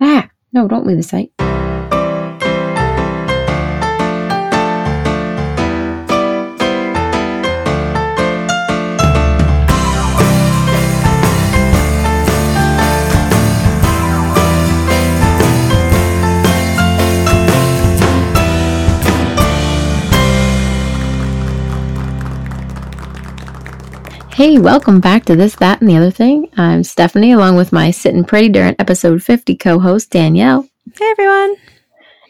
Ah, no, don't leave the site. Hey, welcome back to This, That, and the Other Thing. I'm Stephanie, along with my sitting pretty during episode 50 co host, Danielle. Hey everyone!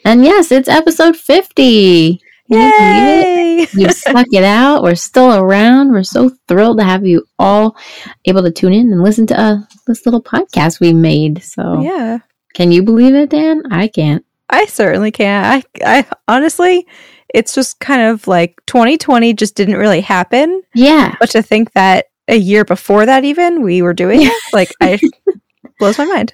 And yes, it's episode 50. Can you believe it? Yay! You've stuck it out. We're still around. We're so thrilled to have you all able to tune in and listen to uh, this little podcast we made. So, Yeah, can you believe it, Dan? I can't. I certainly can. I, I honestly, it's just kind of like 2020 just didn't really happen. Yeah. But to think that a year before that, even we were doing it, like, I blows my mind.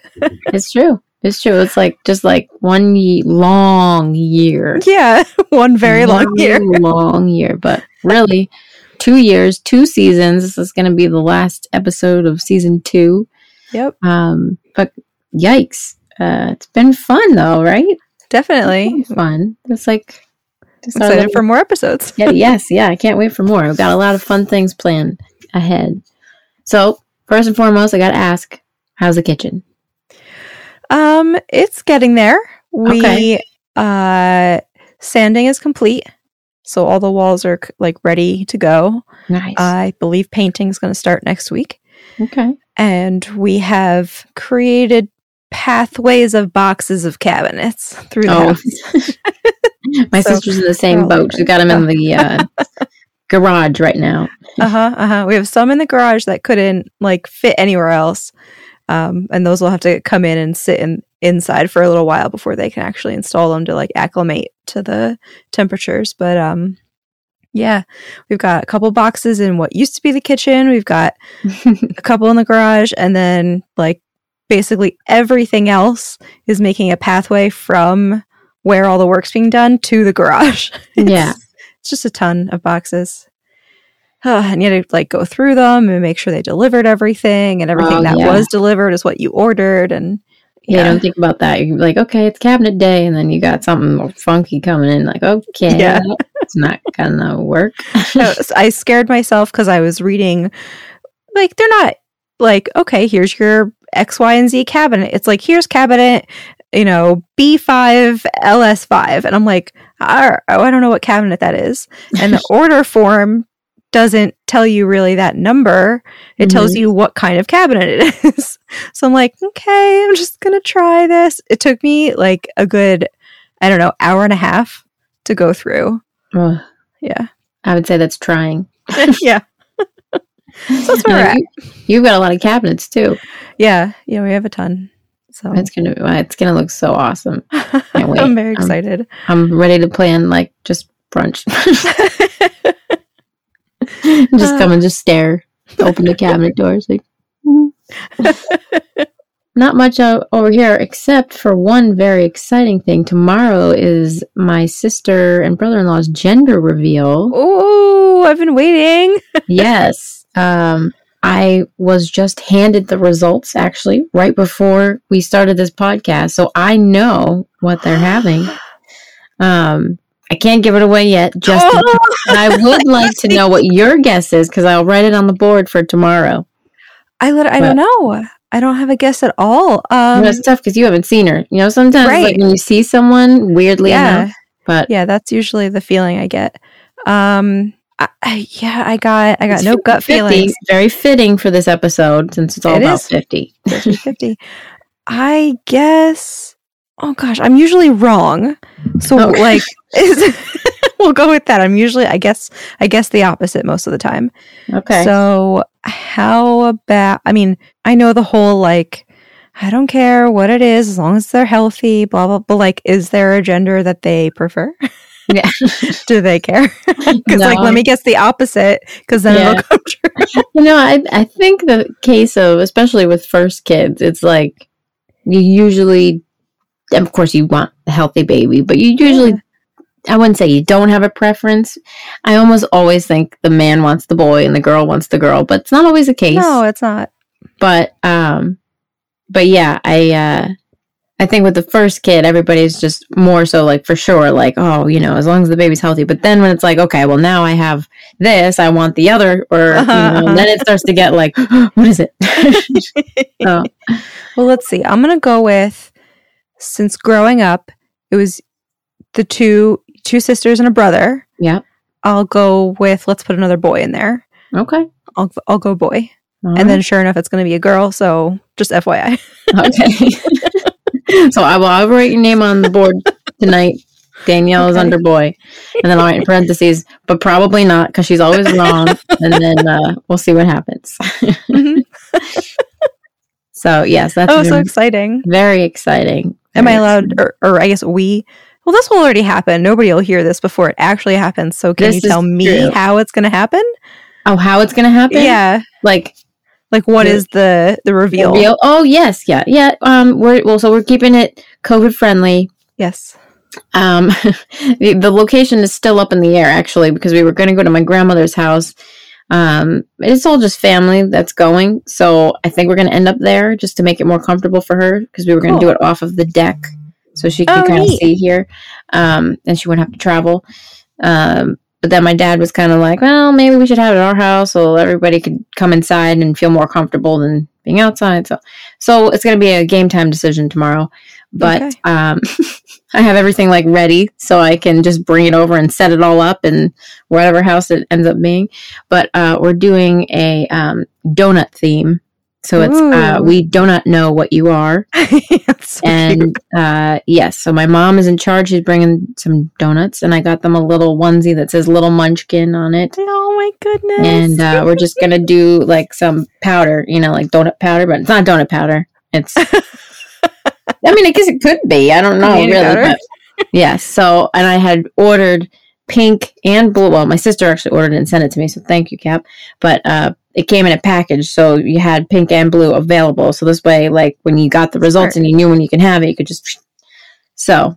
It's true. It's true. It's like just like one ye- long year. Yeah, one very long One year. Long year, but really two years, two seasons. This is going to be the last episode of season 2. Yep, Um but yikes. Uh it's been fun though, right? definitely. It's been fun. It's like Oh, just our Excited little- for more episodes. yeah, yes, yeah, I can't wait for more. I've got a lot of fun things planned ahead. So, first and foremost, I got to ask, how's the kitchen? Um, it's getting there. We Okay. uh, sanding is complete, so all the walls are c- like ready to go. Nice. I believe painting's going to start next week. okay. And we have created pathways of boxes of cabinets through the Oh, house. my So, sister's in the same all boat. She's got them in the uh, garage right now. Uh-huh, uh-huh. We have some in the garage that couldn't like fit anywhere else. Um, and those will have to come in and sit in inside for a little while before they can actually install them to like acclimate to the temperatures. But um yeah, we've got a couple boxes in what used to be the kitchen. We've got a couple in the garage and then like basically everything else is making a pathway from where all the work's being done to the garage yeah. it's just a ton of boxes Ah, and you had to like go through them and make sure they delivered everything and everything Oh, that yeah. was delivered is what you ordered and yeah, you don't think about that. You're like, okay, it's cabinet day, and then you got something funky coming in. Like, okay, Yeah. it's not gonna work. I was- I scared myself because I was reading, like, they're not like, okay, here's your X, Y, and Z cabinet. It's like, here's cabinet, you know, B5, LS5. And I'm like, "Ar- oh, I don't know what cabinet that is. And the order form doesn't tell you really that number, it tells you what kind of cabinet it is. so I'm like, okay, I'm just going to try this. It took me like a good, I don't know, hour and a half to go through. Ugh, Yeah. I would say that's trying. yeah. So that's where we're at. You, have got a lot of cabinets too. Yeah, yeah, we have a ton. So It's gonna, uh, it's gonna look so awesome. can't wait. I'm very Um, excited. I'm ready to plan like just brunch. just Uh. come and just stare. Open the cabinet doors. Like, mm. Not much o- over here, except for one very exciting thing. Tomorrow is my sister and brother in law's gender reveal. Oh, I've been waiting. yes. Um, I was just handed the results actually right before we started this podcast. So I know what they're having. Um, I can't give it away yet, just in Oh, and I would like to know what your guess is because I'll write it on the board for tomorrow. I lit- I don't know. I don't have a guess at all. You Um, know, it's tough because you haven't seen her. You know, sometimes it's like Right. when you see someone, weirdly yeah, enough, but yeah, that's usually the feeling I get. Um, I, I, yeah, I got I got it's no gut 50, feelings. Very fitting for this episode since it's all It about is. 50. 50, 50. I guess. Oh gosh, I'm usually wrong. So Oh. like, is, we'll go with that. I'm usually, I guess, I guess the opposite most of the time. Okay. So, how about? I mean, I know the whole like, I don't care what it is as long as they're healthy, blah, blah, blah. Like, is there a gender that they prefer? Yeah. Do they care? Because, like, No. let me guess the opposite, because then Yeah. it'll come true. you know, I, I think the case of, especially with first kids, it's like you usually, and of course, you want a healthy baby, but you usually, I wouldn't say you don't have a preference. I almost always think the man wants the boy and the girl wants the girl, but it's not always the case. No, it's not. but um but yeah i uh I think with the first kid, everybody's just more so like for sure, like, oh, you know, as long as the baby's healthy. But then when it's like, okay, well, now I have this, I want the other, or Uh-huh, you know, uh-huh. then it starts to get like, what is it? so, Well, let's see. I'm going to go with since growing up, it was the two two sisters and a brother. yeah. I'll go with let's put another boy in there. Okay. I'll I'll go boy. All and then sure enough it's going to be a girl, so just FYI. right. okay. so I will I'll write your name on the board tonight. Danielle is Okay. under boy, and then I'll write in parentheses, but probably not because she's always wrong. and then uh, we'll see what happens. Mhm. So yes, that's oh, so very, exciting. very exciting. Am I Very allowed or, or I guess we well, this will already happen. Nobody will hear this before it actually happens. So can This you is tell me true. how it's going to happen? Oh, how it's gonna happen? Yeah, like like what Yeah. is the the reveal? real- Oh, yes, yeah, yeah. Um, we're well, so we're keeping it COVID friendly. Yes. Um, the, the location is still up in the air actually because we were gonna go to my grandmother's house. Um, it's all just family that's going, so I think we're gonna end up there just to make it more comfortable for her because we were gonna Cool. do it off of the deck so she can Oh, kind of neat. see here, um, and she wouldn't have to travel. Um, but then my dad was kind of like, well, maybe we should have it at our house so everybody could come inside and feel more comfortable than being outside. So, so it's going to be a game time decision tomorrow. But Okay. um, I have everything like ready so I can just bring it over and set it all up in whatever house it ends up being. But uh, we're doing a um, donut theme. So it's uh, Ooh. we donut know what you are That's so cute. and uh, yes, so my mom is in charge. She's bringing some donuts, and I got them a little onesie that says "Little Munchkin" on it. Oh my goodness. And uh, we're just gonna do like some powder, you know, like donut powder, but it's not donut powder. It's, I mean, I guess it could be. I don't know Community really. powder? But yeah. So, and I had ordered pink and blue. Well, my sister actually ordered it and sent it to me, so thank you, Cap. But uh, it came in a package, so you had pink and blue available. So this way, like when you got the results and you knew when you can have it, you could just. So,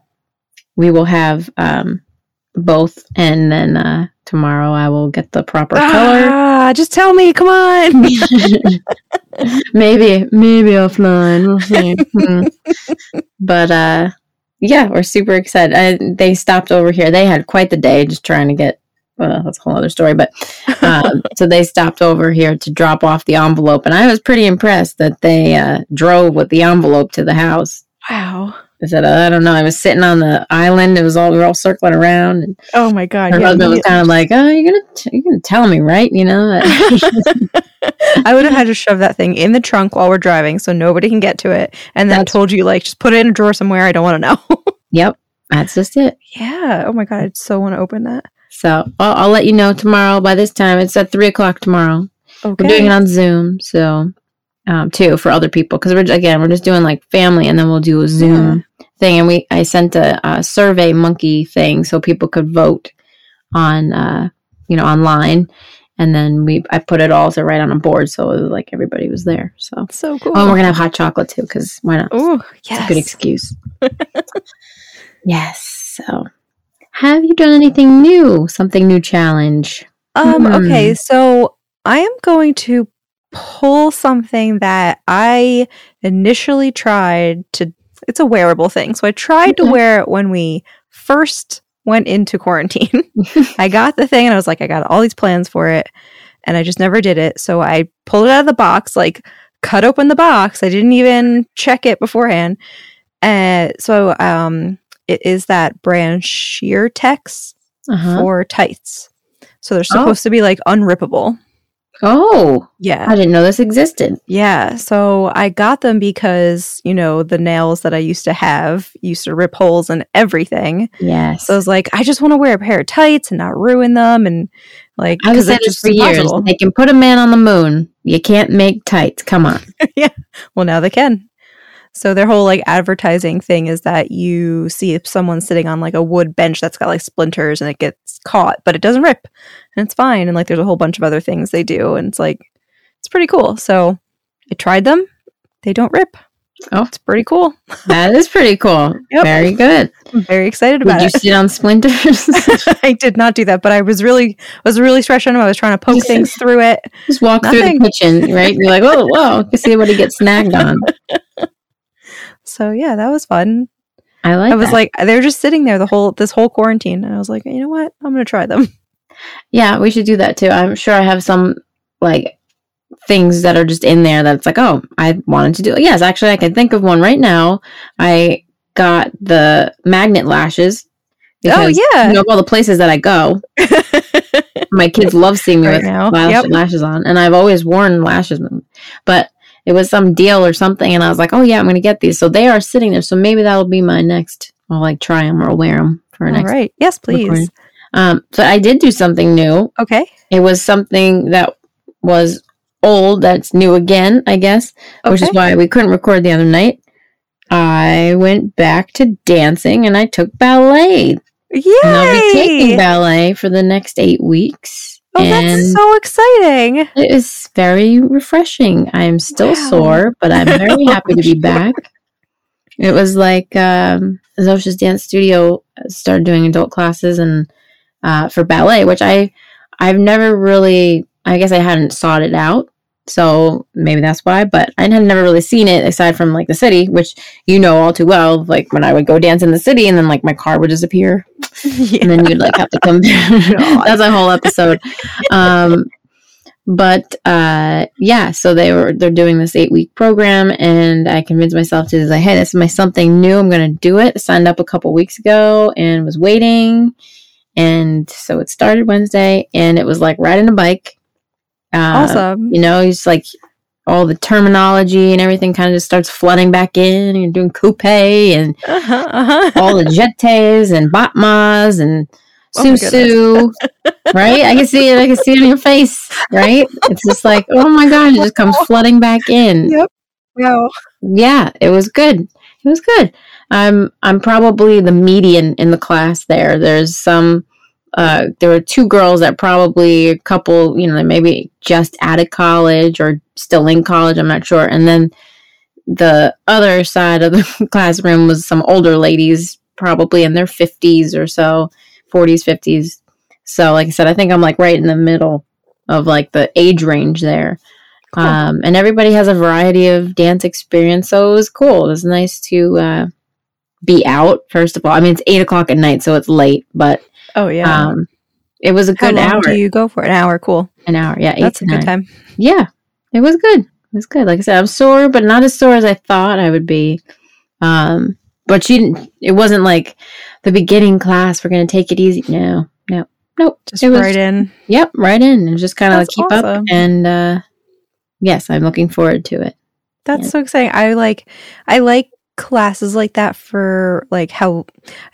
we will have um, both, and then uh, tomorrow I will get the proper color. ah, just tell me, come on. maybe, maybe offline. We'll see. Hmm. but uh, yeah, we're super excited. I, they stopped over here. They had quite the day just trying to get. Well, that's a whole other story. But um, so they stopped over here to drop off the envelope, and I was pretty impressed that they uh, drove with the envelope to the house. wow. I said, I don't know. I was sitting on the island. It was all we were all circling around, and Oh my god. her yeah, husband was immediately- kind of like, "Oh, you're gonna t- you're gonna tell me, right? You know." that- I would have had to shove that thing in the trunk while we're driving so nobody can get to it. And then That's- told you like just put it in a drawer somewhere. I don't want to know. yep, that's just it. yeah. Oh my god. I so want to open that. So I'll, I'll let you know tomorrow. By this time, it's at three o'clock tomorrow. Okay. We're doing it on Zoom, so um, too for other people because we're again we're just doing like family, and then we'll do a Zoom thing. And we I sent a, uh survey monkey thing so people could vote on uh, you know online, and then we I put it all to right on a board so it was like everybody was there. So so cool. oh, and we're gonna have hot chocolate too because why not? Oh It's a good yes. excuse. yes. So, have you done anything new? Something new challenge? Um. Hmm. Okay. So I am going to pull something that I initially tried to. It's a wearable thing. So I tried to Okay. wear it when we first went into quarantine. I got the thing and I was like, I got all these plans for it, and I just never did it. So I pulled it out of the box, like cut open the box. I didn't even check it beforehand. Uh, so um, it is that brand Sheer Tex Uh-huh. for tights. So they're Oh. supposed to be like unrippable. Oh, Yeah. I didn't know this existed. Yeah. So I got them because, you know, the nails that I used to have used to rip holes and everything. Yes. So I was like, I just want to wear a pair of tights and not ruin them. And like, I was because saying it's this just for years. impossible. They can put a man on the moon. You can't make tights. Come on. Well, now they can. So their whole like advertising thing is that you see if someone's sitting on like a wood bench that's got like splinters and it gets caught, but it doesn't rip and it's fine. And like there's a whole bunch of other things they do, and it's like it's pretty cool. So I tried them; they don't rip. Oh. it's pretty cool. That is pretty cool. Yep. Very good. I'm very excited Did about you it. sit on splinters? I did not do that, but I was really was really stretching them. I was trying to poke things through it. Just walk through Nothing. the kitchen, right? You're like, whoa, whoa. You see what he gets snagged on. So yeah, that was fun. I like. I was that. like, they're just sitting there the whole this whole quarantine, and I was like, you know what? I'm gonna try them. Oh, yeah, we should do that too. I'm sure I have some like things that are just in there that's like, oh, I wanted to do. Yes, actually, I can think of one right now. I got the magnet lashes. because, oh yeah, You know, of all the places that I go, my kids love seeing me right with now. lash- Yep. lashes on, and I've always worn lashes, but it was some deal or something, and I was like, "Oh yeah, I'm gonna get these." So they are sitting there. So maybe that'll be my next. I'll like try them or wear them for All next. right. Yes, please. recording. Um, so I did do something new. Okay. It was something that was old that's new again, I guess, which is Okay. why we couldn't record the other night. I went back to dancing and I took ballet. And I'll be taking Yay! ballet for the next eight weeks. Oh, and that's so exciting. it is very refreshing. I am still Wow. sore, but I'm very happy to be Sure. back. It was like um, Zosha's Dance Studio started doing adult classes and uh, for ballet, which I I've never really. I guess I hadn't sought it out, so maybe that's why. But I had never really seen it aside from like the city, which you know all too well. Like when I would go dance in the city, and then like my car would disappear yeah. and then you'd like have to come God. that's a whole episode um but uh yeah so they were they're doing this eight week program and i convinced myself to like hey this is my something new i'm gonna do it signed up a couple weeks ago and was waiting and so it started wednesday and it was like riding a bike uh, Awesome. you know it's like all the terminology and everything kind of just starts flooding back in and you're doing coupe and Uh-huh, uh-huh. all the jetes and batmas and Oh my susu, right? I can see it. I can see it on your face, right? It's just like, oh my god, it just comes flooding back in. Yep. Wow. Yeah, it was good. It was good. I'm I'm probably the median in the class there. There's some uh, there were two girls that probably a couple, you know, they maybe just out of college or still in college, I'm not sure. And then the other side of the classroom was some older ladies, probably in their 50s or so, 40s, 50s. So, like I said, I think I'm like right in the middle of like the age range there. Cool. Um, and everybody has a variety of dance experience, so it was cool. It was nice to uh, be out. First of all, I mean it's eight o'clock at night, so it's late, but Oh yeah. um, it was a How good long hour. do you go for? An hour. Cool. an hour, yeah, eight That's to a good nine. time. Yeah, it was good. It was good. Like I said, I'm sore, but not as sore as I thought I would be. Um, but she didn't. It wasn't like the beginning class. We're gonna take it easy. No, no, nope. Just it was, right in. Yep, right in and just kind of That's keep up. awesome. And uh, yes, I'm looking forward to it. That's Yeah. so exciting. I like I like classes like that for like how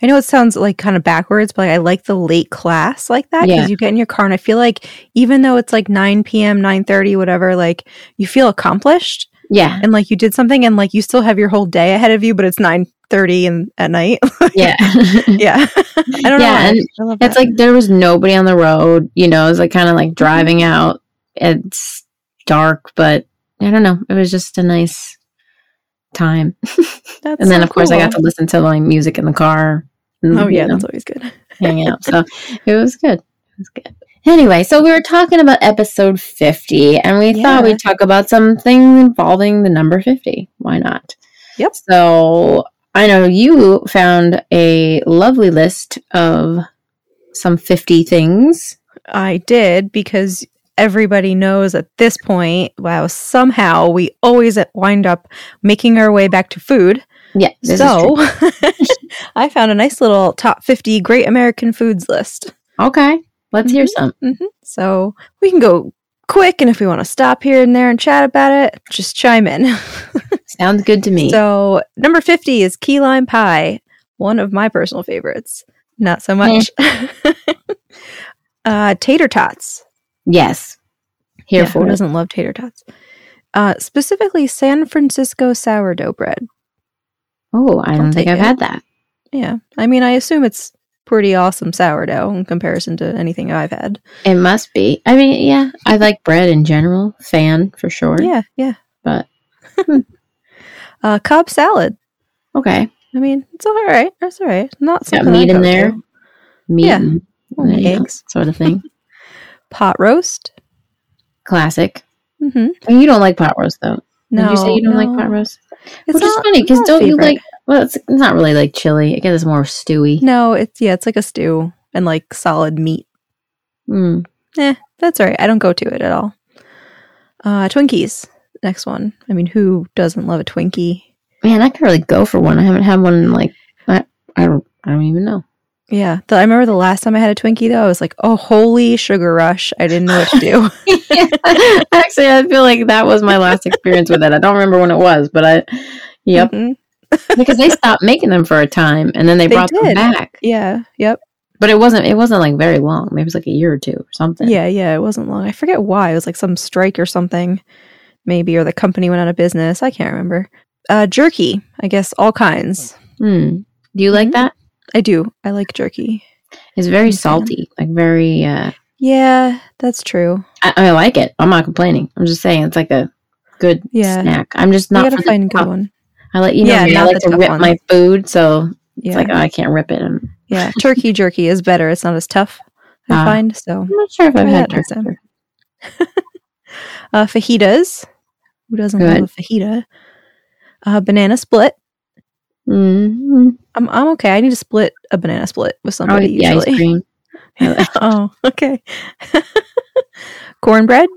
I know it sounds like kind of backwards, but like, I like the late class like that because Yeah. you get in your car and I feel like even though it's like nine p.m., nine thirty, whatever, like you feel accomplished Yeah, and like you did something and like you still have your whole day ahead of you, but it's nine thirty and at night. yeah. yeah, I don't know. Yeah, why. and I love It's that. like there was nobody on the road, you know, it was like kind of like driving Mm-hmm. out. It's dark, but I don't know. It was just a nice time. That's and then, so of course, I got to cool. listen to like music in the car. and, Oh you yeah, know, that's always good. hang out. So it was good. It was good. Anyway, so we were talking about episode 50, and we thought Yeah. we'd talk about something involving the number 50. Why not? Yep. So I know you found a lovely list of some 50 things. I did because everybody knows at this point, wow, somehow we always wind up making our way back to food. Yeah. this is so true. I found a nice little top 50 great American foods list. okay, let's hear Mhm. some. So we can go quick, and if we want to stop here and there and chat about it, just chime in. Sounds good to me. So number 50 is key lime pie, one of my personal favorites. Not Hmm. so much. uh, tater tots. yes. Here Yeah, for who it. doesn't love tater tots? Uh, specifically, San Francisco sourdough bread. Oh, I don't I'll think take I've it. had that. Yeah, I mean, I assume it's pretty awesome sourdough in comparison to anything I've had. It must be. I mean, yeah, I like bread in general. Fan for sure. Yeah, yeah. But Uh, Cobb salad. okay. I mean, it's all right. It's all right. Not Got something meat I in go there. to. Meat Yeah. and Well, there you go, eggs, sort of thing. pot roast. Classic. Mm-hmm. And You don't like pot roast though. Did No, you say you don't no. like pot roast? It's Which is not- funny it's because not a don't you favorite. like? Well, it's, it's not really like chili. I guess it's more stewy. No, it's yeah, it's like a stew and like solid meat. Mm. That's all right. I don't go to it at all. Uh, Twinkies, next one. I mean, who doesn't love a Twinkie? Man, I could really go for one. I haven't had one in like I, I don't I don't even know. Yeah, the, I remember the last time I had a Twinkie though. I was like, oh, holy sugar rush! I didn't know what to do. Actually, I feel like that was my last experience with it. I don't remember when it was, but I yep Mhm. because they stopped making them for a time and then they, They brought them did. back. Yeah. Yep. But it wasn't it wasn't like very long. Maybe it was like a year or two or something. Yeah. Yeah. It wasn't long. I forget why. It was like some strike or something, maybe, or the company went out of business. I can't remember. Uh, jerky. I guess all kinds. Hmm. Do you like Mhm. that? I do. I like jerky. It's very I'm a fan. salty, like very. uh Yeah, that's true. I, I like it. I'm not complaining. I'm just saying it's like a good Yeah. snack. I'm just We not. gotta for the find a good tough. one. I like you know Yeah, me, I not like the to tough rip one. my food, so Yeah. it's like oh, I can't rip it. I'm, yeah. Turkey jerky is better. It's not as tough. I Ah. find so. I'm not sure if I've Try had that next time. turkey. Uh, fajitas. Who doesn't Good. love a fajita? Uh, banana split. Mm-hmm. I'm I'm okay. I need to split a banana split with Oh, somebody the ice usually. cream. cream. oh, okay. Cornbread.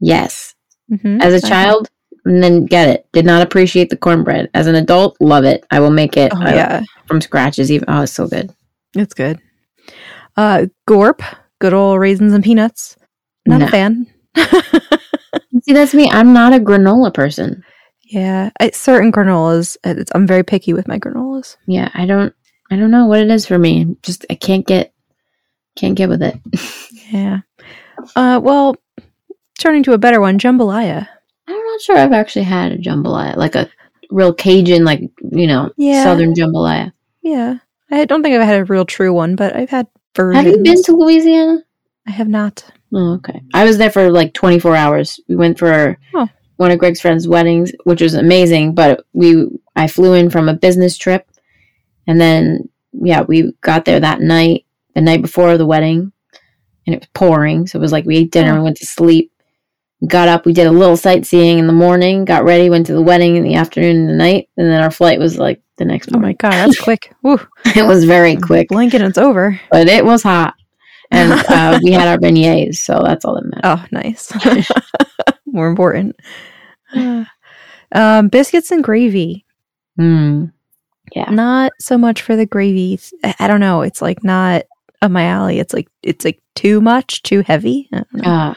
Yes, Mm-hmm. as a child, and then get it. Did not appreciate the cornbread. As an adult, love it. I will make it Oh uh, yeah, from scratch. Is even oh, it's so good. it's good. Uh, gorp. Good old raisins and peanuts. Not No. a fan. See, that's me. I'm not a granola person. Yeah, I, certain granolas. uh, It's, I'm very picky with my granolas. Yeah, I don't. I don't know what it is for me. Just I can't get, can't get with it. Yeah. Uh, well, turning to a better one, jambalaya. I'm not sure I've actually had a jambalaya, like a real Cajun, like you know, Yeah. Southern jambalaya. Yeah, I don't think I've had a real true one, but I've had versions. Have you been to Louisiana? I have not. Oh, okay. I was there for like 24 hours. We went for Oh. one of Greg's friends' weddings, which was amazing. But we, I flew in from a business trip, and then yeah, we got there that night, the night before the wedding, and it was pouring. So it was like we ate dinner Oh. and went to sleep. Got up, we did a little sightseeing in the morning, got ready, went to the wedding in the afternoon and the night, and then our flight was like the next Oh my morning. god, that's quick. Woo, it was very quick, blink and it's over. but it was hot. And uh, we had our beignets, so that's all that matters. Oh, nice. More important. Uh, um, biscuits and gravy. Mm. Yeah. Not so much for the gravy. I, I don't know. It's like not up my alley. It's like it's like too much, too heavy. I don't know. Uh,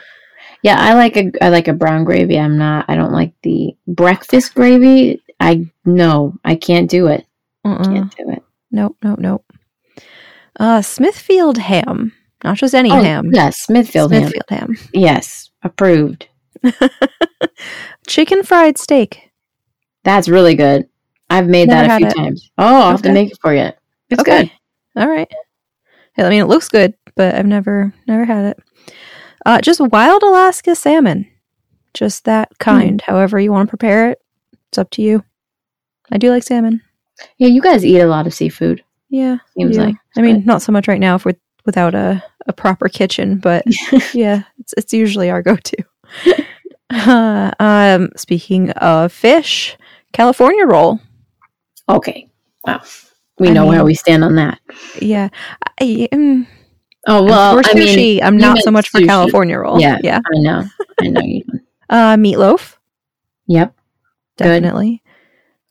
yeah, I like a I like a brown gravy. I'm not I don't like the breakfast gravy. I no, I can't do it. Uh-uh. Can't do it. Nope, nope, nope. Uh, Smithfield ham. Not just any Oh, ham. yes, Smithfield, ham. Smithfield ham. Yes, approved. Chicken fried steak. That's really good. I've made that Never a had few it. times. Oh, I'll have to Okay. make it for you. It's Okay. good. All right. I mean, it looks good, but I've never never had it. Uh, just wild Alaska salmon, just Hmm. that kind. However you want to prepare it, it's up to you. I do like salmon. Yeah, you guys eat a lot of seafood. Yeah, Seems yeah. like I mean, not so much right now if we're without a, a proper kitchen, but yeah, it's it's usually our go-to. Uh, um, speaking of fish, California roll. okay. Wow, we I know where mean- we stand on that. Yeah, I, mm, Oh well, for I mean, sushi, I'm you not meant so much for sushi. California roll. Yeah. yeah. I know, I know. You Uh, meatloaf. Yep. Good. definitely.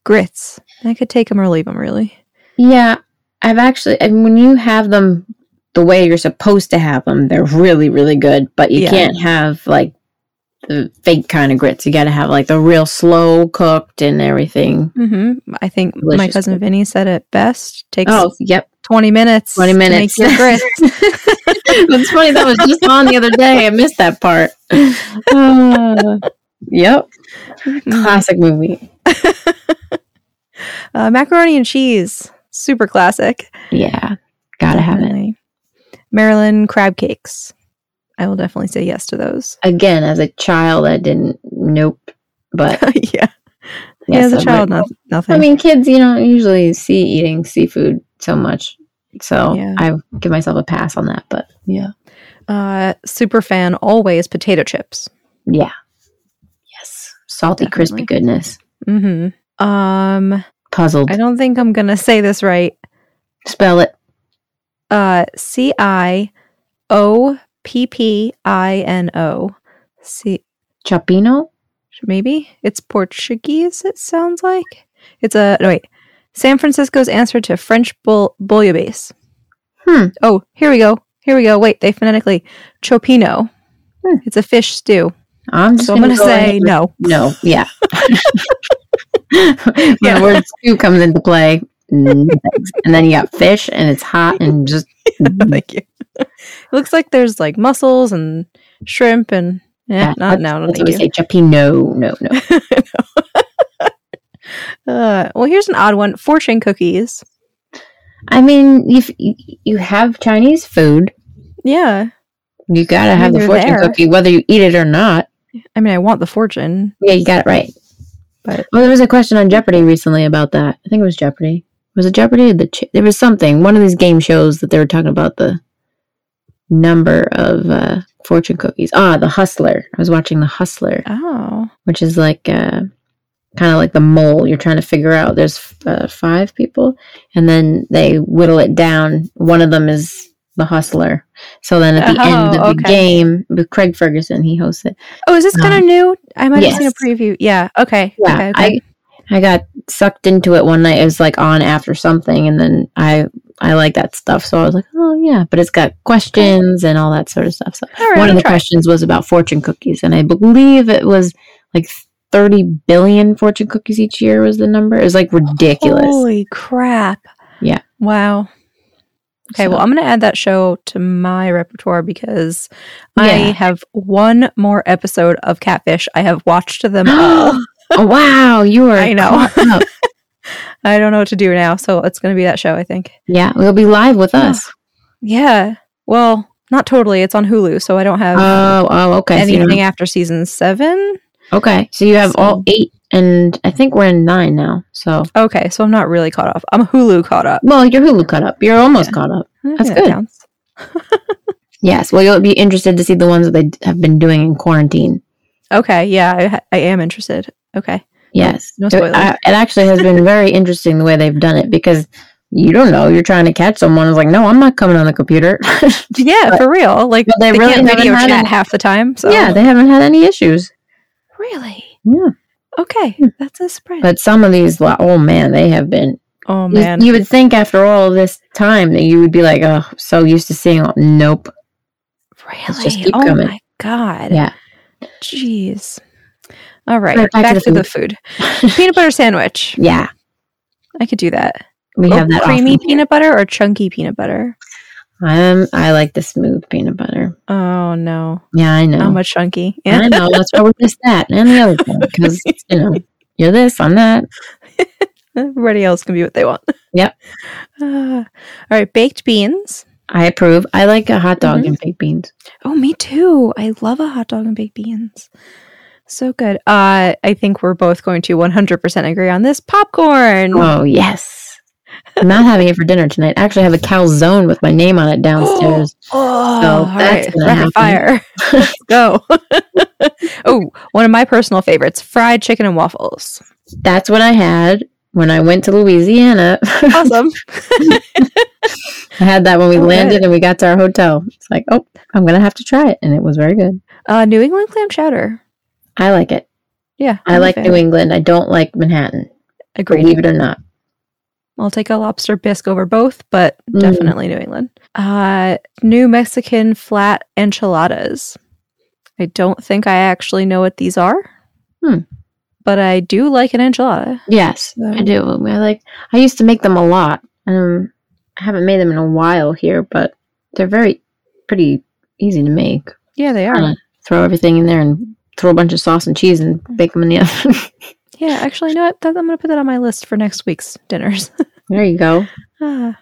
Grits. I could take them or leave them, really. Yeah, I've actually, and when you have them the way you're supposed to have them, they're really, really good. But you Yeah. can't have like the fake kind of grits. You got to have like the real slow cooked and everything. hmm I think my Delicious cousin grits. Vinny said it best. Takes Oh, yep, 20 minutes. twenty to make minutes. your grits. it's funny that was just on the other day. I missed that part. Uh, yep, Mhm. classic movie. uh, macaroni and cheese. Super classic. Yeah, gotta have it. Definitely. Maryland crab cakes. I will definitely say yes to those. Again, as a child, I didn't. Nope, but yeah. Yeah, yes, as a I child, might- no, nothing. I mean, kids, you don't usually see eating seafood so much. So Yeah. I give myself a pass on that. But yeah. uh, super fan, always potato chips. Yeah. Yes. salty, crispy goodness. Mm-hmm. Um, Puzzled. I don't think I'm gonna say this right. Spell it. Uh, C I O P P I N O. C Chapino? maybe it's Portuguese. It sounds like it's a no, wait. San Francisco's answer to French bull bouillabaisse. Hmm. Oh, here we go. Here we go. Wait, they phonetically chopino. Hmm. It's a fish stew. I'm just So I'm gonna, gonna say ahead with- no. no. Yeah. yeah. Word stew comes into play. Mm, thanks. and then you got fish, and it's hot, and just Thank you. it looks like there's like mussels and shrimp and yeah, not no, no, That's thank what we you. say. Chapino. No, no. Uh, well, here's an odd one: fortune cookies. I mean, if you, you have Chinese food, Yeah, you gotta I have mean, the they're fortune there. cookie, whether you eat it or not. I mean, I want the fortune. Yeah, you got it right. But- well, there was a question on Jeopardy recently about that. I think it was Jeopardy. Was it Jeopardy? Or the ch- there was something one of these game shows that they were talking about the number of uh, fortune cookies. Ah, The Hustler. I was watching The Hustler, Oh, which is like uh, kind of like the mole you're trying to figure out. There's uh, five people, and then they whittle it down. One of them is the hustler. So then at the end Oh, of the okay. game, with Craig Ferguson, he hosts it. oh, is this kind of new? I might have seen a Um, yes. preview. Yeah. Okay. Yeah, okay, okay. I I got sucked into it one night. It was like on after something, and then I I like that stuff, so I was like, oh yeah. But it's got questions and all that sort of stuff. So All right. one of I'll the try. questions was about fortune cookies, and I believe it was like thirty billion fortune cookies each year was the number. It was like ridiculous. Holy crap! Yeah. Wow. Okay. So- Well, I'm gonna add that show to my repertoire because I Yeah. have one more episode of Catfish. I have watched them all. oh wow, you are. I know. caught up. I don't know what to do now, so it's gonna be that show. I think. yeah, we'll be live with us. Yeah. Well, not totally. It's on Hulu, so I don't have Oh, oh, okay. So you anything don't- after season seven. okay, so you have all eight, and I think we're in nine now. So Okay, so I'm not really caught up. I'm Hulu caught up. well, you're Hulu caught up. You're almost Yeah. caught up. I think That's that good. counts. Yes. Well, you'll be interested to see the ones that they d- have been doing in quarantine. Okay, yeah, I, ha- I am interested. Okay, Yes. No It- spoilers. I- It, actually has been very interesting the way they've done it because you don't know. You're trying to catch someone. It's like, no, I'm not coming on the computer. yeah, But- for real. Like but they, they really can't haven't video had chat any- half the time. So Yeah, they haven't had any issues. really Yeah. okay. That's a surprise. But some of these, lo- oh man, they have been. oh you- man, You, would think after all this time that you would be like, oh, so used to seeing all. Nope. really? just keep oh coming. my god. Yeah. Jeez. All right, Right, back, to, the, food. peanut butter sandwich. Yeah. I could do that. We Oh, have that creamy often. peanut butter or chunky peanut butter. Um, I like the smooth peanut butter. Oh no, Yeah, I know. how much chunky? I Yeah. know. That's why we missed that and the other thing because you know you're this, I'm that. Everybody else can be what they want. Yep. Uh, all right, baked beans. I approve. I like a hot dog Mhm. and baked beans. Oh, me too. I love a hot dog and baked beans. So good. Uh, I think we're both going to 100% agree on this. Popcorn. Oh yes. I'm not having it for dinner tonight. I actually have a calzone with my name on it downstairs. Oh, So all that's right. gonna Rapid happen. fire. Let's go. oh, one of my personal favorites fried chicken and waffles. That's what I had when I went to Louisiana. I Awesome. had that when we Oh, good. landed and we got to our hotel. It's like, oh, I'm gonna have to try it, and it was very good. Uh, New England clam chowder. I like it. Yeah. I I'm a like fan. New England. I don't like Manhattan, Agreed. believe it or not. I'll take a lobster bisque over both, but Mm. definitely New England. Uh, New Mexican flat enchiladas. I don't think I actually know what these are, Hmm. but I do like an enchilada. Yes, So- I do. I like. I used to make them a lot. Um, I haven't made them in a while here, but they're very pretty easy to make. Yeah, they are. Kinda Throw everything in there and throw a bunch of sauce and cheese and bake them in the oven. Yeah, actually, you know what? That, I'm going to put that on my list for next week's dinners. there you go. Ah.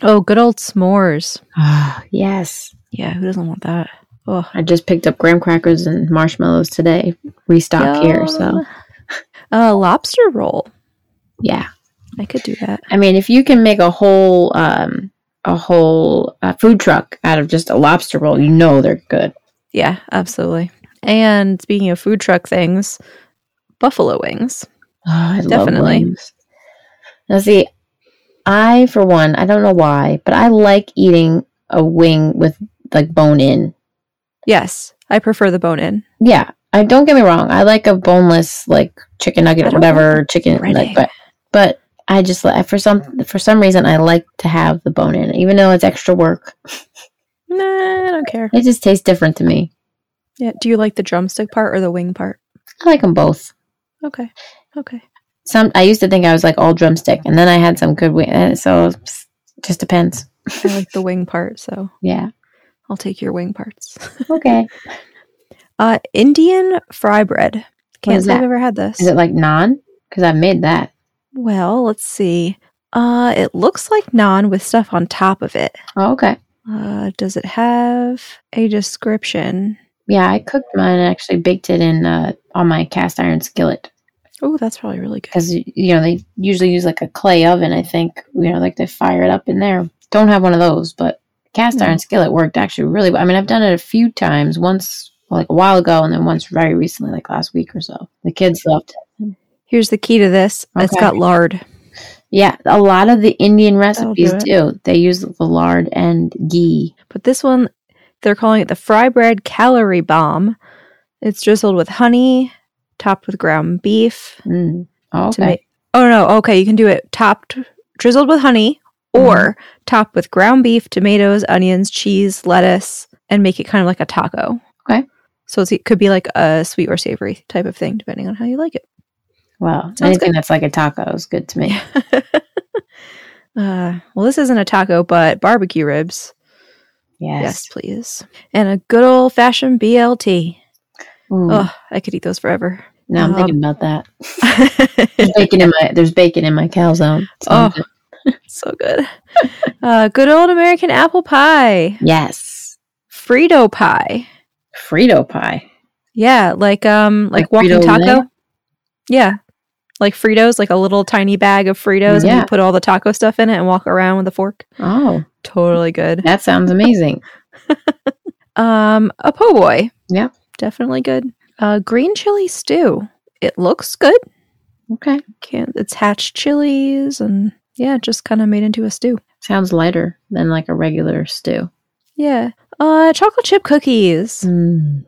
oh, good old s'mores. Ah, yes. Yeah, who doesn't want that? Oh, I just picked up graham crackers and marshmallows today. Restock here, so yum. Uh, lobster roll. yeah. I could do that. I mean, if you can make a whole um a whole uh, food truck out of just a lobster roll, you know they're good. Yeah, absolutely. And speaking of food truck things, buffalo wings. Oh, I love Definitely. wings. Now, see, I for one, I don't know why, but I like eating a wing with like bone in. Yes, I prefer the bone in. Yeah, I don't get me wrong. I like a boneless like chicken nugget, I or don't whatever chicken, breading. like, but but I just like for some for some reason I like to have the bone in, even though it's extra work. Nah, I don't care. It just tastes different to me. Yeah, do you like the drumstick part or the wing part? I like them both. Okay. Okay. Some I used to think I was like all drumstick, and then I had some good wing. and So it's- just depends. I like the wing part, so Yeah. I'll take your wing parts. Okay. Uh Indian fry bread. Can't is say I've that? ever had this. Is it like naan? Because I made that. Well, let's see. Uh, it looks like naan with stuff on top of it. Oh, okay. Uh, does it have a description? Yeah, I cooked mine and actually baked it in uh, on my cast iron skillet Oh, that's probably really good. because you know they usually use like a clay oven. I think you know like they fire it up in there. Don't have one of those, but cast No. iron skillet worked actually really. well. I mean, I've done it a few times. Once like a while ago, and then once very recently, like last week or so. The kids loved. it. Here's the key to this. It's Okay. got lard. Yeah, a lot of the Indian recipes it. do. They use the lard and ghee. But this one, they're calling it the fry bread calorie bomb. It's drizzled with honey, topped with ground beef. Mm. Oh, to okay. make- oh no, okay, you can do it topped, drizzled with honey, or Mm-hmm. topped with ground beef, tomatoes, onions, cheese, lettuce, and make it kind of like a taco. Okay. So it's, it could be like a sweet or savory type of thing, depending on how you like it. Well, Sounds anything that's like a taco is good to me. uh, well, this isn't a taco, but barbecue ribs. Yes, Yes. please. And a good old fashioned BLT. Ooh, Oh, I could eat those forever. now I'm um, thinking about that. There's bacon in my there's bacon in my calzone. Oh. Sounds good. so good. Uh, good old American apple pie, yes. Frito pie. Frito pie. Yeah, like um, like, Like walking Frito-Lay? taco. Yeah, like Fritos, like a little tiny bag of Fritos, and Yeah. you put all the taco stuff in it and walk around with a fork. Oh, Totally good. that sounds amazing. Um, a po' boy. Yeah. definitely good. Uh, green chili stew. It looks good. Okay. Can't, it's hatched chilies and yeah, just kind of made into a stew. Sounds lighter than like a regular stew. Yeah. Uh, chocolate chip cookies. Mm.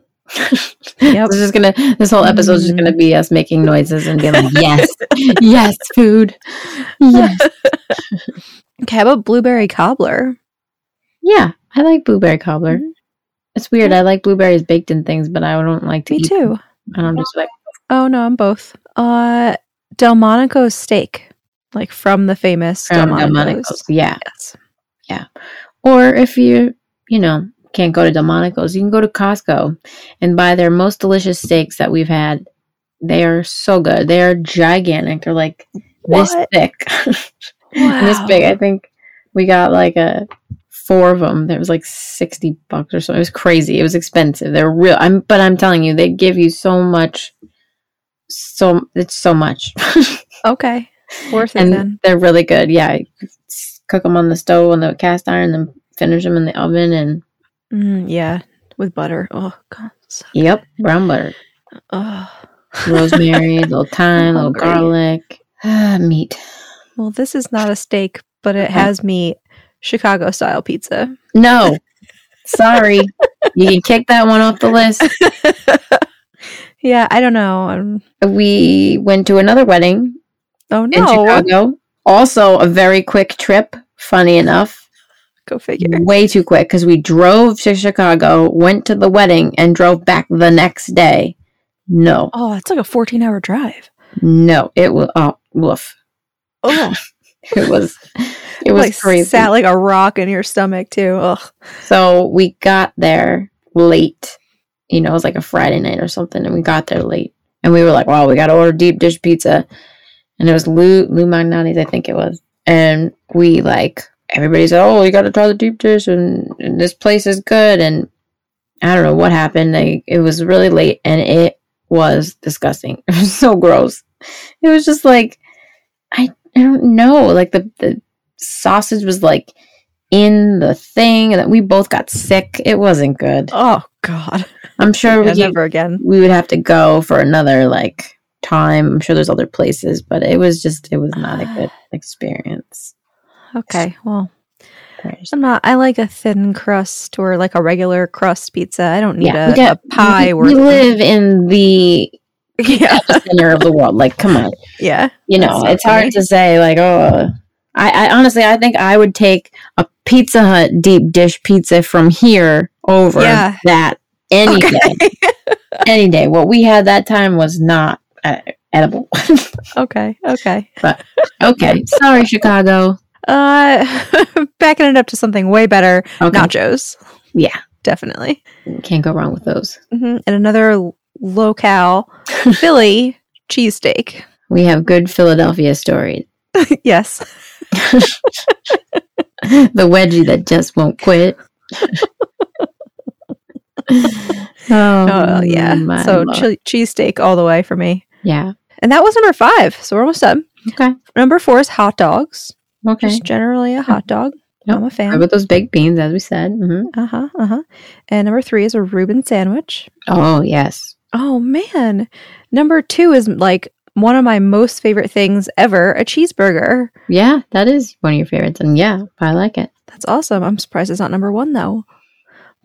This is gonna this whole episode is just Mm. gonna be us making noises and being like, Yes, yes, food. Yes. Okay, how about blueberry cobbler? Yeah. I like blueberry cobbler. Mhm. It's weird. I like blueberries baked in things, but I don't like to Me eat them. too. I don't just like Oh no, I'm both. Uh, Delmonico's steak, like from the famous from Delmonico's. Delmonico's. Yeah. Yes. Or if you, you know, can't go to Delmonico's, you can go to Costco and buy their most delicious steaks that we've had. They are so good. They are gigantic. They're like this What? thick. this big. I think we got like a four of them. There was like 60 bucks or so. It was crazy. It was expensive. They're real. I'm but I'm telling you, they give you so much so it's so much. Okay, worth it and then. they're really good. Yeah, you s- cook them on the stove on the cast iron, then finish them in the oven, and Mm, yeah, with butter. Oh god. so- yep, brown butter, Oh. rosemary, a little thyme, a little Hungry. garlic, ah, meat. Well, this is not a steak, but it Okay. has me Chicago style pizza. No, sorry, you can kick that one off the list. yeah, I don't know. I'm, We went to another wedding oh in no, Chicago. Also, a very quick trip. Funny enough, go figure. way too quick because we drove to Chicago, went to the wedding, and drove back the next day. No, Oh, it's like a 14 hour drive. No, it was oh woof. Oh, It was it was like crazy. sat like a rock in your stomach too. Ugh. So we got there late. You know, it was like a Friday night or something, and we got there late. And we were like, "Wow, we got to order deep dish pizza," and it was Lou Lou Magnani's, I think it was. And we like everybody said, "Oh, you got to try the deep dish, and, and this place is good." And I don't know what happened. Like, it was really late, and it was disgusting. It was so gross. It was just like I I don't know. Like the the sausage was like in the thing, and that we both got sick. It wasn't good. Oh God. I'm sure Yeah, we, never again. we would have to go for another like time. I'm sure there's other places, but it was just it was not a good experience. Okay. Well, Right. I'm not. I like a thin crust or like a regular crust pizza. I don't need Yeah, a, we got- a pie. We Or live in the Yeah. center of the world. Like, come on. Yeah. you know, That's it's hard okay. to say like, oh, I, I honestly, I think I would take a Pizza Hut deep dish pizza from here over Yeah. that any Okay. day, any day. What we had that time was not uh, edible. okay. Okay. okay, sorry, Chicago. Uh, backing it up to something way better. Okay, Nachos, yeah, definitely. can't go wrong with those. hmm And another l- locale, Philly cheesesteak. We have good Philadelphia stories. yes. the wedgie that just won't quit. oh, Oh yeah. my so Lord. che- cheesesteak all the way for me. yeah, And that was number five. So we're almost done. okay, Number four is hot dogs. okay. Just generally a hot dog. Yep. I'm a How fan. about those baked beans, as we said? hmm Uh huh. Uh huh. And number three is a Reuben sandwich. Oh yes, Oh man. Number two is like one of my most favorite things ever a cheeseburger. yeah, that is one of your favorites, and yeah, I like it. That's awesome. I'm surprised it's not number one though.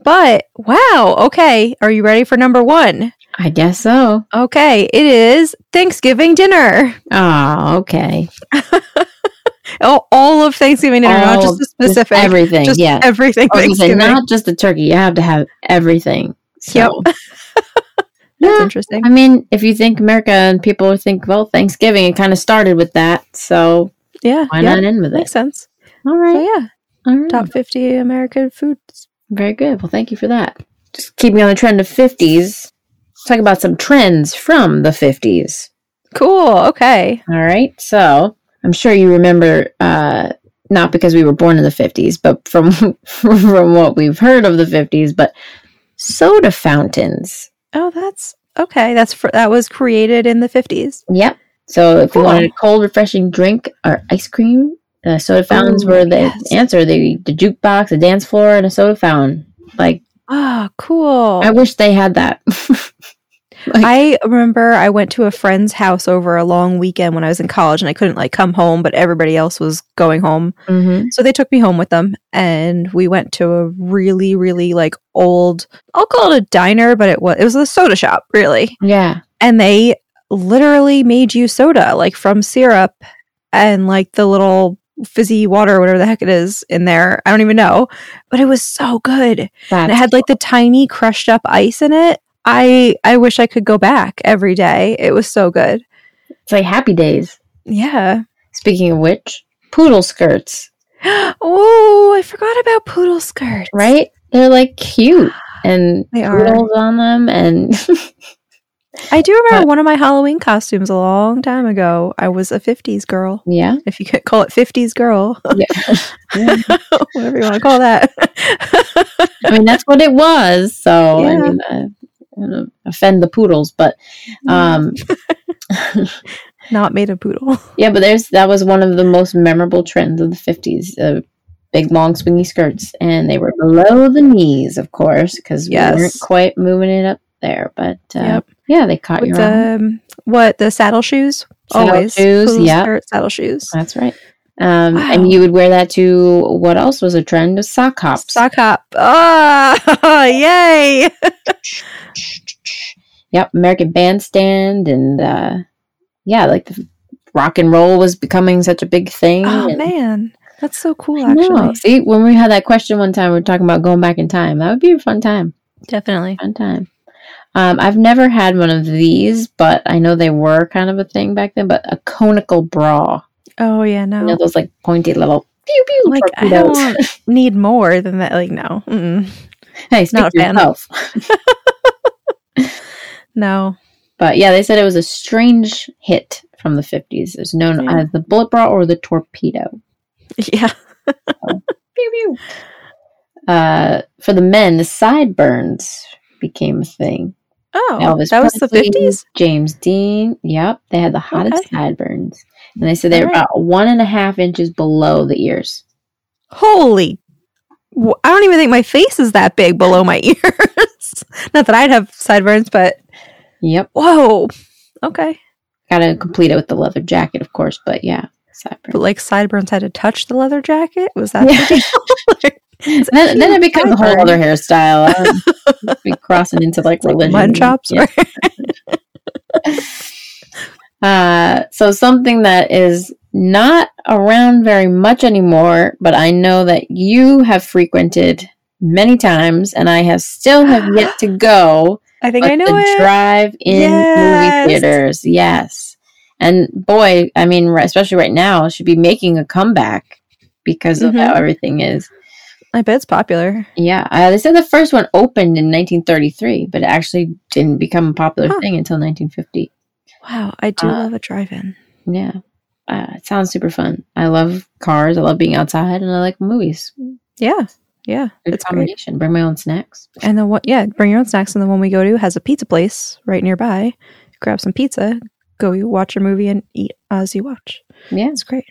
But wow. Okay. Are you ready for number one? I guess so. Okay. It is Thanksgiving dinner. Oh, okay. Oh, all of Thanksgiving dinner, not All just the Just specific. everything, just yeah. everything I was gonna say, Thanksgiving. not just the turkey. You have to have everything. So. That's yeah. interesting. I mean, if you think America and people think, well, Thanksgiving, it kind of started with that, so Yeah. why yeah. not Mm. end with it? Makes sense. All So right, yeah, all right, top 50 American foods. very good. Well, thank you for that. Just keep me on the trend of fifties. Talk about some trends from the fifties. Cool. Okay. All right. So I'm sure you remember, uh, not because we were born in the 50s, but from from what we've heard of the 50s, but soda fountains. Oh, that's okay. That's for, that was created in the 50s. Yep. So if Cool. you wanted a cold, refreshing drink or ice cream, uh, soda fountains Ooh, were the yes. answer. The, the jukebox, a dance floor, and a soda fountain. Like, Ah, cool. I wish they had that. I remember I went to a friend's house over a long weekend when I was in college and I couldn't like come home, but everybody else was going home. mm-hmm. So they took me home with them and we went to a really, really like old, I'll call it a diner, but it was, it was a soda shop really. Yeah. And they literally made you soda like from syrup and like the little fizzy water, whatever the heck it is in there. I don't even know, but it was so good and That's, it had like the tiny crushed up ice in it. I I wish I could go back every day. It was so good. it's like happy days. Yeah. Speaking of which, poodle skirts. Oh, I forgot about poodle skirts. right? They're like cute and They are. poodles on them, and I do remember But- one of my Halloween costumes a long time ago. I was a 50s girl. yeah, If you could call it 50s girl, Yeah. whatever you want to call that. I mean that's what it was. So I Yeah. mean, uh, I, I don't know, offend the poodles, but um, Not made of poodle. yeah, but there's that was one of the most memorable trends of the fifties. Uh, Big long swingy skirts, and they were below the knees, of course, because Yes. we weren't quite moving it up there. But uh, Yep. yeah, they caught With your eye. the, um, what, the saddle shoes? Saddle Always. shoes, Poodle yep. skirt, saddle shoes. That's right. Um, Wow. And you would wear that to what else was a trend? Sock hops. Sock hop. Ah, yay. Yep, American Bandstand, and uh, yeah, like the rock and roll was becoming such a big thing. Oh and- man, that's so cool. Mm. I Actually, know. See, when we had that question one time, we were talking about going back in time. That would be a fun time. definitely. Fun time. Um, I've never had one of these, but I know they were kind of a thing back then. But a conical bra, Oh yeah, no. you know, those like pointy little pew pew like I torpedoes. don't need more than that. Like no, Mm-mm. hey, speak not a for fan. yourself. no. But yeah, they said it was a strange hit from the fifties. It was known Yeah. as the bullet bra or the torpedo. Yeah. Pew, pew. Uh, for the men, the sideburns became a thing. Oh, Elvis that was the Presley, fifties. James Dean. Yep, they had the hottest Okay. sideburns, and they said they were Alright. about one and a half inches below the ears. Holy w- I don't even think my face is that big below my ears. Not that I'd have sideburns, but Yep. whoa. Okay. Gotta complete it with the leather jacket, of course, but yeah. But Sideburns. like sideburns had to touch the leather jacket. Was that Yeah. then, then it becomes a whole other hairstyle. Uh, be crossing into like religion. mutton chops? Yeah. Uh, so something that is not around very much anymore, but I know that you have frequented many times, and I have still have yet to go. I think but I know the it. drive-in Yes. movie theaters, yes. And boy, I mean, ri- especially right now, should be making a comeback because of Mm-hmm. how everything is. I bet it's popular. Yeah, uh, they said the first one opened in 1933, but it actually didn't become a popular Huh. thing until 1950. Wow, I do Uh, love a drive-in. Yeah. Uh, it sounds super fun. I love cars. I love being outside, and I like movies. Yeah, yeah, Good it's great. combination. Bring my own snacks. And the one, yeah, bring your own snacks. And the one we go to has a pizza place right nearby. Grab some pizza, go watch a movie, and eat as you watch. Yeah. It's great.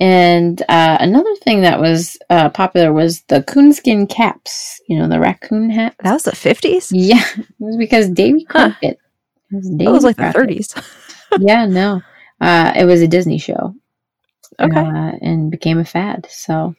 And uh, another thing that was uh, popular was the coonskin caps. You know, the raccoon hat. That was the fifties. Yeah, it was because Davy Huh. Crockett. Oh, It was, That was Davy like the Crockett. thirties. yeah, no, uh, it was a Disney show. Okay. uh, and became a fad. So,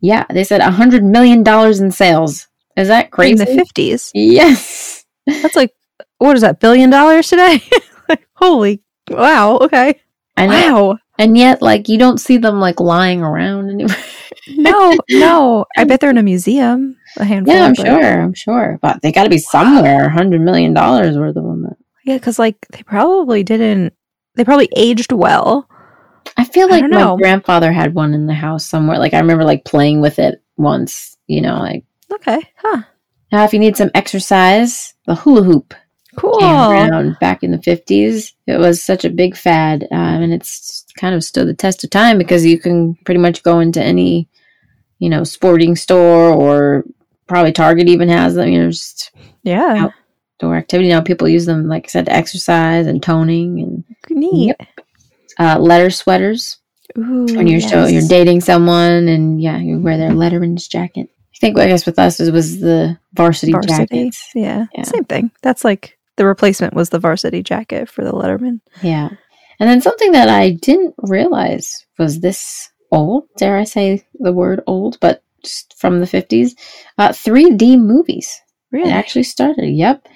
yeah, they said a hundred million dollars in sales. Is that In crazy? the fifties. yes. That's like what is that? Billion dollars today? Like, Holy wow. Okay. I know. Wow. And yet, like, you don't see them like lying around anywhere. No, no. I bet they're in a museum. A handful. yeah, I'm but- sure. I'm sure. But they got to be somewhere. A hundred million dollars worth of them. Yeah, because like they probably didn't. They probably aged well. I feel I like don't my know. grandfather had one in the house somewhere. Like, I remember like playing with it once. You know, like Okay. Huh. now if you need some exercise, the hula hoop. Cool. came around back in the 50s. It was such a big fad, um, and it's kind of stood the test of time because you can pretty much go into any, you know, sporting store or probably Target even has them. You know, just Yeah. Out. outdoor activity. Now people use them, like I said, to exercise and toning and Neat. uh, letter sweaters Ooh, when you're so you're yes. dating someone, and yeah, you wear their letterman's jacket. I think I guess with us it was the varsity, varsity. jackets. Yeah. Yeah. Same thing. That's like the replacement was the varsity jacket for the Letterman. Yeah. And then something that I didn't realize was this old, dare I say the word old, but just from the 50s, uh, 3D movies. Really? It actually started, yep.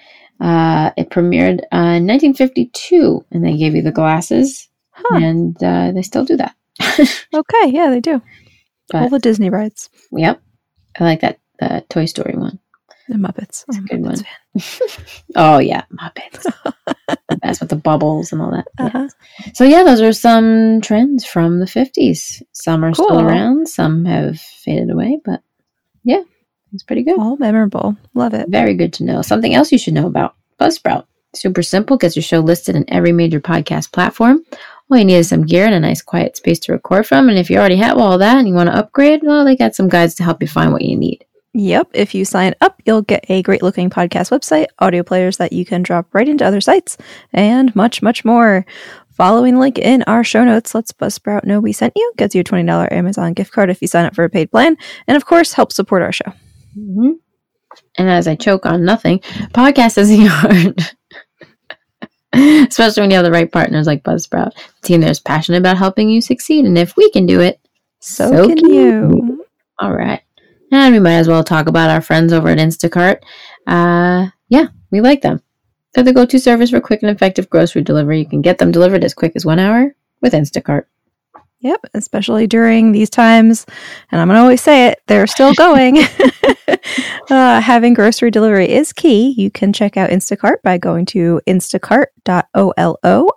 Uh, it premiered uh, in 1952, and they gave you the glasses, Huh. and uh, they still do that. Okay. Yeah, they do. But- All the Disney rides. Yep. I like that, that Toy Story one. The Muppets. That's a I'm good Muppets one. fan. oh, yeah, Muppets. That's with the bubbles and all that. Yeah. Uh-huh. So yeah, those are some trends from the fifties. Some are Cool. still around, some have faded away, but yeah, it's pretty good. All memorable. Love it. Very good to know. Something else you should know about Buzzsprout. Super simple, gets your show listed in every major podcast platform. All you need is some gear and a nice quiet space to record from. And if you already have all that and you want to upgrade, well, they got some guides to help you find what you need. Yep. If you sign up, you'll get a great looking podcast website, audio players that you can drop right into other sites, and much, much more. Following link in our show notes lets Buzzsprout know we sent you, gets you a $20 Amazon gift card if you sign up for a paid plan, and of course, help support our show. hmm And as I choke on nothing, podcast is hard. Especially when you have the right partners like Buzzsprout, the team that's passionate about helping you succeed. And if we can do it, So, can you. All right. And we might as well talk about our friends over at Instacart. Uh, yeah, we like them. They're the go to service for quick and effective grocery delivery. You can get them delivered as quick as one hour with Instacart. Yep, especially during these times. And I'm going to always say it, they're still going. uh, having grocery delivery is key. You can check out Instacart by going to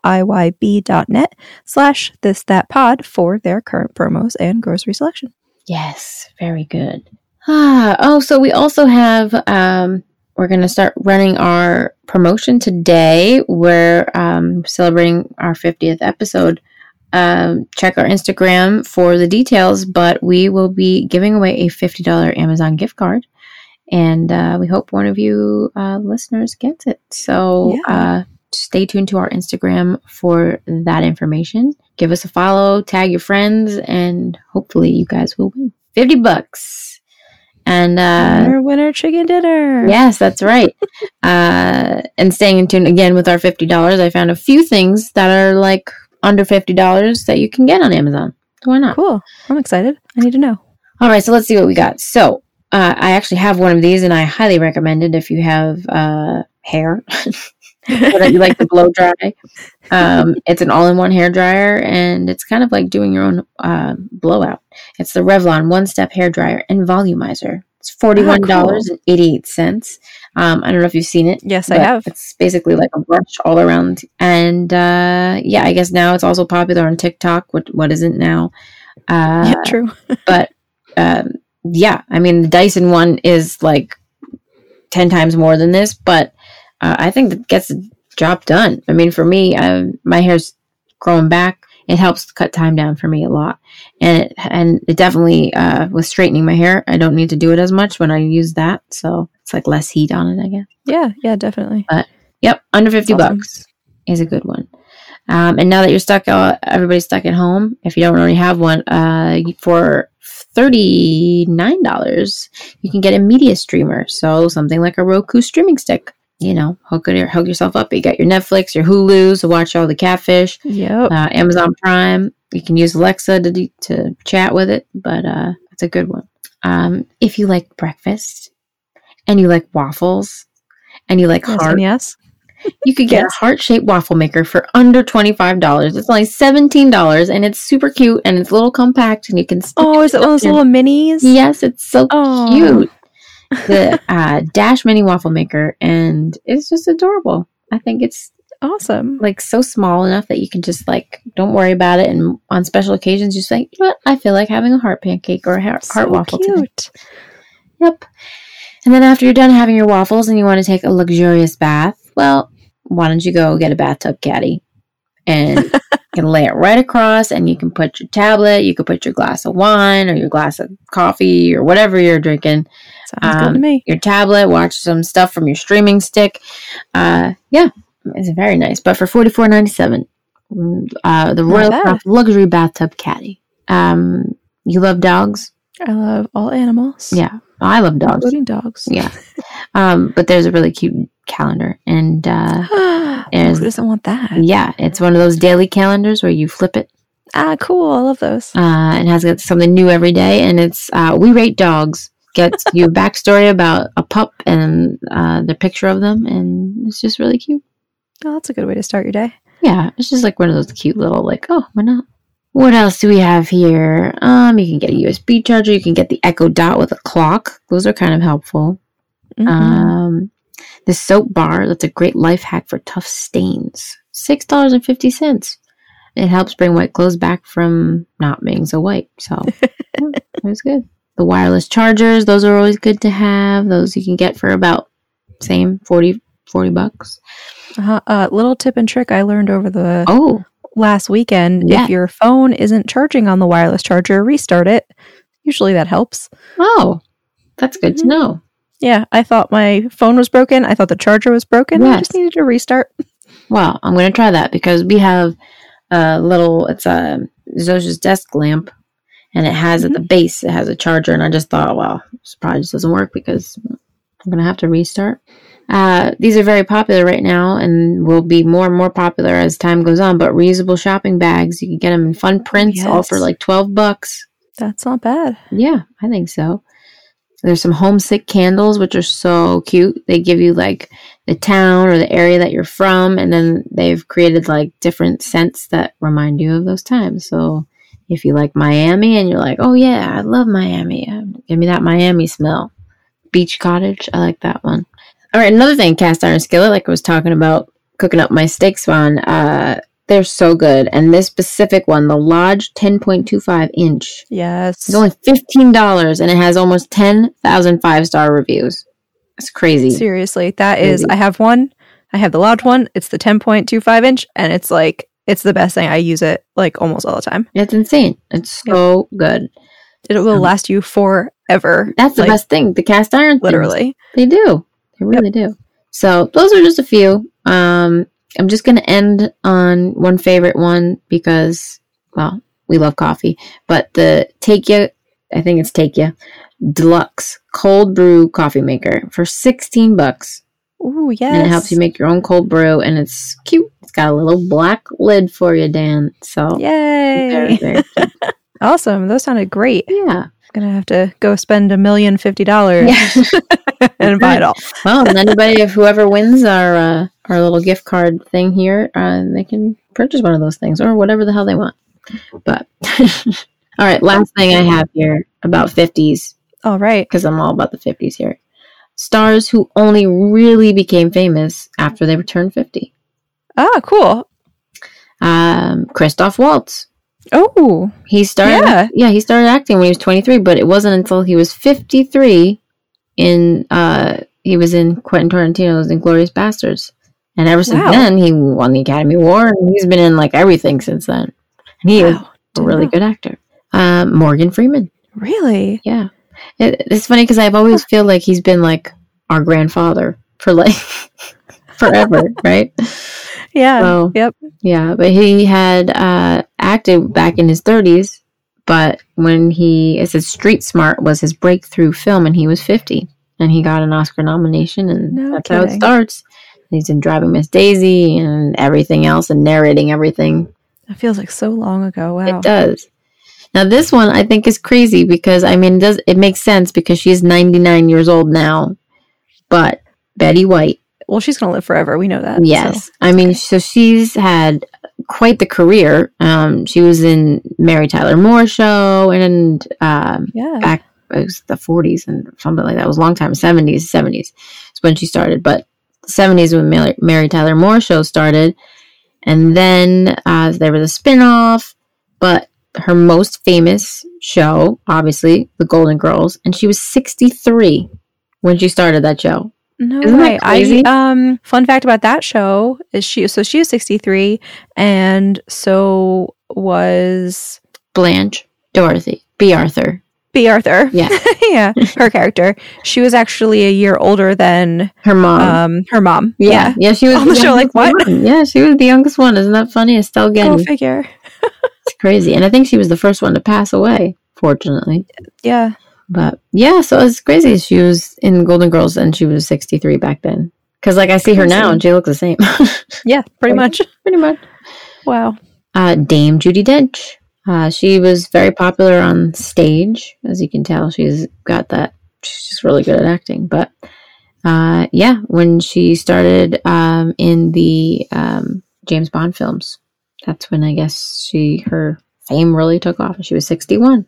instacart.oloiyb.net slash this that pod for their current promos and grocery selection. Yes, very good. Ah, oh, so we also have um we're going to start running our promotion today. We're um, celebrating our 50th episode. Um, check our Instagram for the details, but we will be giving away a $50 Amazon gift card. And uh, we hope one of you uh, listeners gets it. So Yeah. uh, stay tuned to our Instagram for that information. Give us a follow, tag your friends, and hopefully you guys will win. 50 bucks. And uh, winner, winner, chicken dinner. Yes, that's right. uh, and staying in tune again with our fifty dollars, I found a few things that are like under fifty dollars that you can get on Amazon. So why not? Cool. I'm excited. I need to know. All right, so let's see what we got. So uh, I actually have one of these, and I highly recommend it if you have uh, hair or that you like to blow dry. Um, it's an all-in-one hair dryer, and it's kind of like doing your own uh, blowout. It's the Revlon one-step hair dryer and volumizer. It's Ah, forty-one dollars eighty-eight Um, I don't know if you've seen it. yes, I but have. It's basically like a brush all around, and uh, yeah, I guess now it's also popular on TikTok. What what isn't now? Uh, yeah, true. but um, yeah, I mean, the Dyson one is like 10 times more than this, but uh, I think that gets the job done. I mean, for me, I, my hair's growing back. It helps cut time down for me a lot. And it, and it definitely, uh, with straightening my hair, I don't need to do it as much when I use that. So it's like less heat on it, I guess. Yeah, yeah, definitely. Yep, under 50 Awesome. bucks is a good one. Um, and now that you're stuck, uh, everybody's stuck at home. If you don't already have one, uh, you- for $39, you can get a media streamer. So something like a Roku streaming stick. You know, hook, it, hook yourself up. You got your Netflix, your Hulu, so watch all the catfish, Yep. uh, Amazon Prime. You can use Alexa to, do- to chat with it, but uh, it's a good one. Um, if you like breakfast and you like waffles and you like Yes, hearts. and yes. You could get Yes. a heart shaped waffle maker for under $25. It's only $17 and it's super cute and it's a little compact and you can stick Oh, is it one of those Yeah. little minis? Yes, it's so Oh. cute. The uh, Dash Mini Waffle Maker and it's just adorable. I think it's Awesome. like so small enough that you can just like don't worry about it and on special occasions you just like, you know what, I feel like having a heart pancake or a heart, So heart waffle today." cute. Yep. And then after you're done having your waffles and you want to take a luxurious bath, well, why don't you go get a bathtub caddy and you can lay it right across and you can put your tablet, you can put your glass of wine or your glass of coffee or whatever you're drinking, Sounds good to Um, me. your tablet, watch some stuff from your streaming stick. Uh, yeah, it's very nice. But for forty four ninety seven, uh, the Not Royal bad. Croft Luxury Bathtub Caddy. Um, you love dogs? I love all animals. Yeah, I love dogs. Including dogs. Yeah. Um, but there's a really cute calendar, and uh, Who doesn't want that? yeah, it's one of those daily calendars where you flip it. Ah, cool. I love those. Uh, it has got something new every day, and it's uh, we rate dogs. Gets you a backstory about a pup and uh, the picture of them, and it's just really cute. Oh, that's a good way to start your day. Yeah, it's just like one of those cute little like, oh, why not? What else do we have here? Um, you can get a USB charger. You can get the Echo Dot with a clock. Those are kind of helpful. Mhm. Um, the soap bar, that's a great life hack for tough stains. $6.50. It helps bring white clothes back from not being so white. So yeah, it was good. The wireless chargers, those are always good to have. Those you can get for about same 40, 40 bucks. uh-huh. uh, little tip and trick I learned over the Oh, last weekend. Yeah. If your phone isn't charging on the wireless charger, restart it. Usually that helps. oh, that's good to Mhm. know. Yeah, I thought my phone was broken. I thought the charger was broken. I just Yes. needed to restart. Well, I'm going to try that because we have a little, it's a Zoja's desk lamp and it has at the base, it has a charger. And I just thought, well, this probably just doesn't work because I'm going to have to restart. Uh, these are very popular right now and will be more and more popular as time goes on. But reusable shopping bags, you can get them in fun prints, all for yes. like 12 bucks. That's not bad. Yeah, I think so. There's some homesick candles, which are so cute. They give you like the town or the area that you're from, and then they've created like different scents that remind you of those times. So if you like Miami and you're like, oh yeah, I love Miami, uh, give me that Miami smell. Beach Cottage, I like that one. All right, another thing, cast iron skillet, like I was talking about cooking up my steaks on, uh, they're so good. And this specific one, the Lodge 10.25 inch. Yes. It's only fifteen dollars, and it has almost ten thousand five star reviews. It's crazy. Seriously, that is. Crazy. I have one. I have the loud one. It's the 10.25 inch, and it's like it's the best thing. I use it like almost all the time. It's insane. It's so good. It will Um, last you forever. That's the Like, best thing. The cast iron, things. Literally. they do. They really do. So those are just a few. Um, I'm just gonna end on one favorite one because well, we love coffee, but the take you. I think it's take you. deluxe cold brew coffee maker for 16 bucks. Ooh, yes. And it helps you make your own cold brew and it's cute. It's got a little black lid for you, Dan. So very, Yay. very cute. Awesome. Those sounded great. yeah. Gonna have to go spend a million fifty dollars yeah. and buy it all. Well, and anybody if whoever wins our uh, our little gift card thing here, uh, they can purchase one of those things or whatever the hell they want. But all right, last thing I have here about 50s All right. because I'm all about the 50s here. Stars who only really became famous after they returned 50. Ah, cool. Um, Christoph Waltz. Oh, He started, yeah. Yeah. he started acting when he was 23, but it wasn't until he was 53 in, uh, he was in Quentin Tarantino's Inglorious Bastards. And ever since Wow. then, he won the Academy Award, and he's been in like everything since then. And he is wow. a really Wow. good actor. Um, Morgan Freeman. Really? Yeah. It, it's funny because I've always feel like he's been like our grandfather for like forever, right? Yeah. So- Yep. Yeah, but he had uh, acted back in his 30s, but when he, it says Street Smart was his breakthrough film and he was 50 and he got an Oscar nomination and No that's how it kidding. starts. He's in Driving Miss Daisy and everything else and narrating everything That feels like so long ago. Wow. it does. Now this one I think is crazy because I mean it does it makes sense because she's 99 years old now. But Betty White, Well, she's gonna live forever. We know that. Uh, so. yes. I mean so she's had quite the career. Um she was in Mary Tyler Moore show and um Yeah. Back- it was the 40s and something like that. It was a long time, 70s, 70s is when she started. But 70s when Mary, Mary Tyler Moore show started. And then uh, there was a spin-off. But her most famous show, obviously, The Golden Girls. And she was 63 when she started that show. No Isn't that way. I crazy? um fun fact about that show is she so she was 63 and so was Blanche, Dorothy, B. Arthur. B Arthur. Yeah. yeah, her character. She was actually a year older than Her mom. um her mom. yeah. yeah. She was On the show, like, youngest one. Yeah, she was the youngest one. Isn't that funny? Estelle Yeah. Go Getty. figure. It's crazy. And I think she was the first one to pass away, fortunately. Yeah. But yeah, so it's crazy. She was in Golden Girls and she was 63 back then. Because, like, I see her now and she looks the same. Yeah, pretty much. Pretty much. Wow. Uh, Dame Judy Dench. Uh, she was very popular on stage. As you can tell, she's got that. She's just really good at acting. But uh, yeah, when she started um, in the um, James Bond films, that's when I guess she her fame really took off. And she was 61.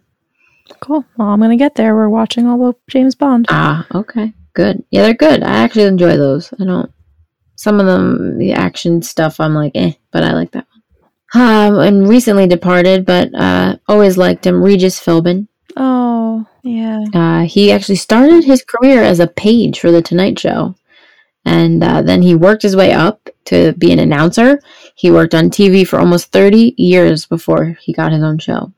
Cool. Well, I'm going to get there. We're watching all of James Bond. Ah, okay. Good. Yeah, they're good. I actually enjoy those. I don't. Some of them, the action stuff, I'm like, eh, but I like that one. Um, and recently departed, but uh, always liked him, Regis Philbin. Oh, yeah. Uh, he actually started his career as a page for The Tonight Show. And uh, then he worked his way up to be an announcer. He worked on TV for almost 30 years before he got his own show.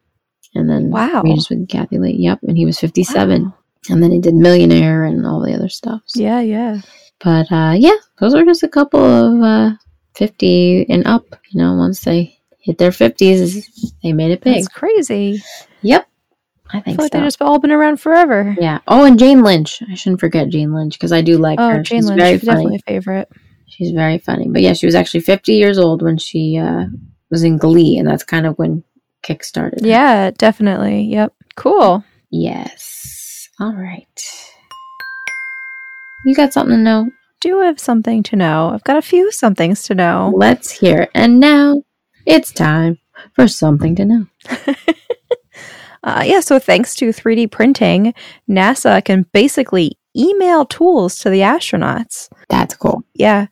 And then Wow. Regis with Kathy Lee. Yep. And he was 57 Wow. and then he did Millionaire and all the other stuff. So- Yeah, yeah. But uh, yeah, those are just a couple of uh, fifty and up. You know, once they hit their fifties, they made it big. That's crazy. yep, I I think feel like so. they've just all been around forever. yeah. Oh, and Jane Lynch. I shouldn't forget Jane Lynch because I do like Oh, her. Jane She's Lynch, very she's funny. definitely a favorite. She's very funny. But yeah, she was actually fifty years old when she uh, was in Glee, and that's kind of when kick started. Yeah, definitely. Yep. Cool. Yes. All right. You got something to know? Do have something to know. I've got a few somethings to know. Let's hear. it. And now it's time for something to know. Uh, yeah, so thanks to 3D printing, NASA can basically email tools to the astronauts. That's cool. Yeah.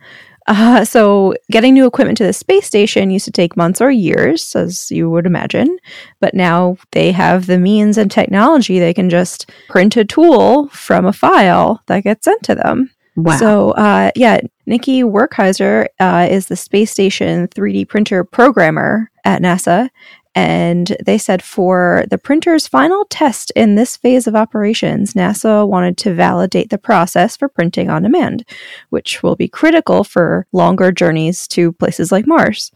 Uh, so getting new equipment to the space station used to take months or years, as you would imagine. But now they have the means and technology. They can just print a tool from a file that gets sent to them. Wow. So, uh, yeah, Nikki Werkheiser uh, is the space station 3D printer programmer at NASA. And they said for the printer's final test in this phase of operations, NASA wanted to validate the process for printing on demand, which will be critical for longer journeys to places like Mars.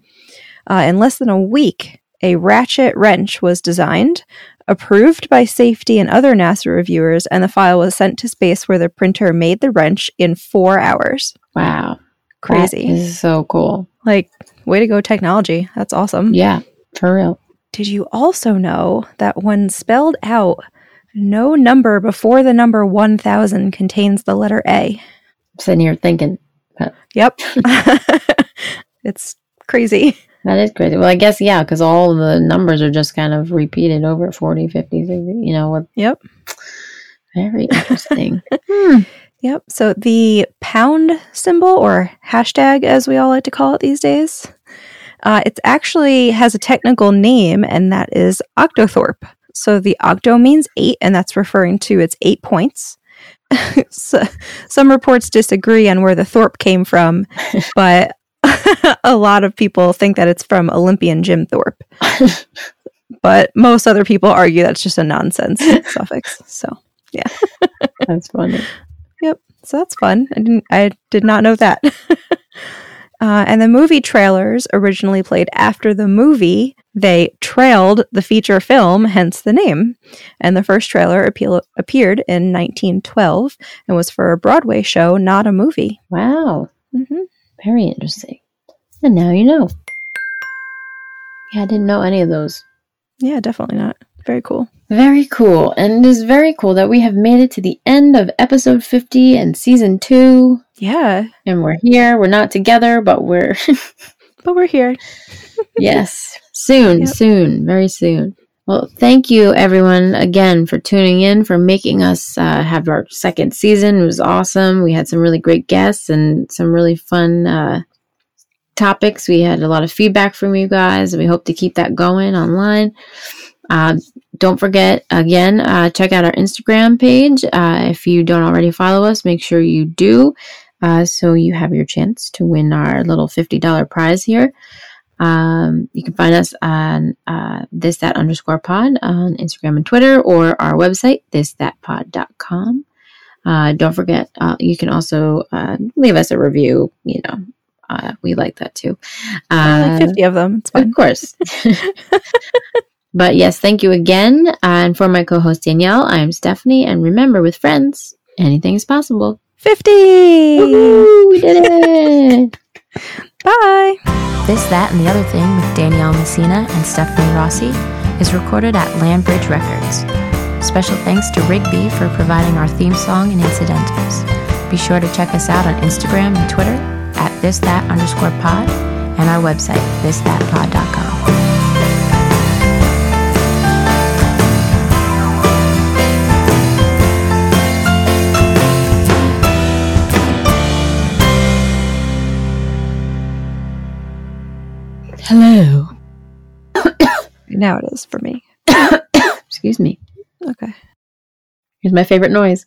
Uh, in less than a week, a ratchet wrench was designed approved by safety and other NASA reviewers, and the file was sent to space where the printer made the wrench in four hours. Wow. Crazy. That is so cool. like, way to go, technology. That's awesome. Yeah, for real. Did you also know that when spelled out, no number before the number 1000 contains the letter A? I'm sitting here thinking Yep. it's crazy. that is crazy. Well, I guess, yeah, because all the numbers are just kind of repeated over 40, 50, 60, you know, with. Yep. Very interesting. Hmm. Yep. So the pound symbol or hashtag, as we all like to call it these days, uh, it actually has a technical name, and that is octothorpe. So the octo means eight, and that's referring to its eight points. so, some reports disagree on where the thorpe came from, but a lot of people think that it's from Olympian Jim Thorpe. but most other people argue that's just a nonsense suffix. So. That's funny. So that's fun. I didn't. I did not know that. uh, and the movie trailers originally played after the movie. They trailed the feature film, hence the name. And the first trailer appeal- appeared in 1912 and was for a Broadway show, not a movie. Wow. hmm Very interesting. And now you know. Yeah, I didn't know any of those. Yeah, definitely not. Very cool. Very cool. And it is very cool that we have made it to the end of episode 50 and season 2. Yeah, And we're here. We're not together, but we're, but we're here. yes, soon, Yep. soon, very soon. Well, thank you everyone again for tuning in, for making us uh, have our second season. It was awesome. We had some really great guests and some really fun uh, topics. We had a lot of feedback from you guys, and we hope to keep that going online. Uh, don't forget, again, uh, check out our Instagram page. Uh, if you don't already follow us, make sure you do uh, so you have your chance to win our little $50 prize here. Um, you can find us on uh, this that underscore pod on Instagram and Twitter or our website, this that pod.com. Uh, don't forget, uh, you can also uh, leave us a review. You know, uh, we like that too. Only Uh, like 50 of them. It's fine. of course. but yes, thank you again. and for my co host Danielle, I am Stephanie. And remember, with friends, anything is possible. 50. Woohoo, we did it! Bye. This, That, and the Other Thing with Danielle Messina and Stephanie Rossi is recorded at Landbridge Records. Special thanks to Rigby for providing our theme song and incidentals. Be sure to check us out on Instagram and Twitter at this that underscore pod and our website, thisthatpod.com. Hello. Now it is for me. Excuse me. Okay. Here's my favorite noise.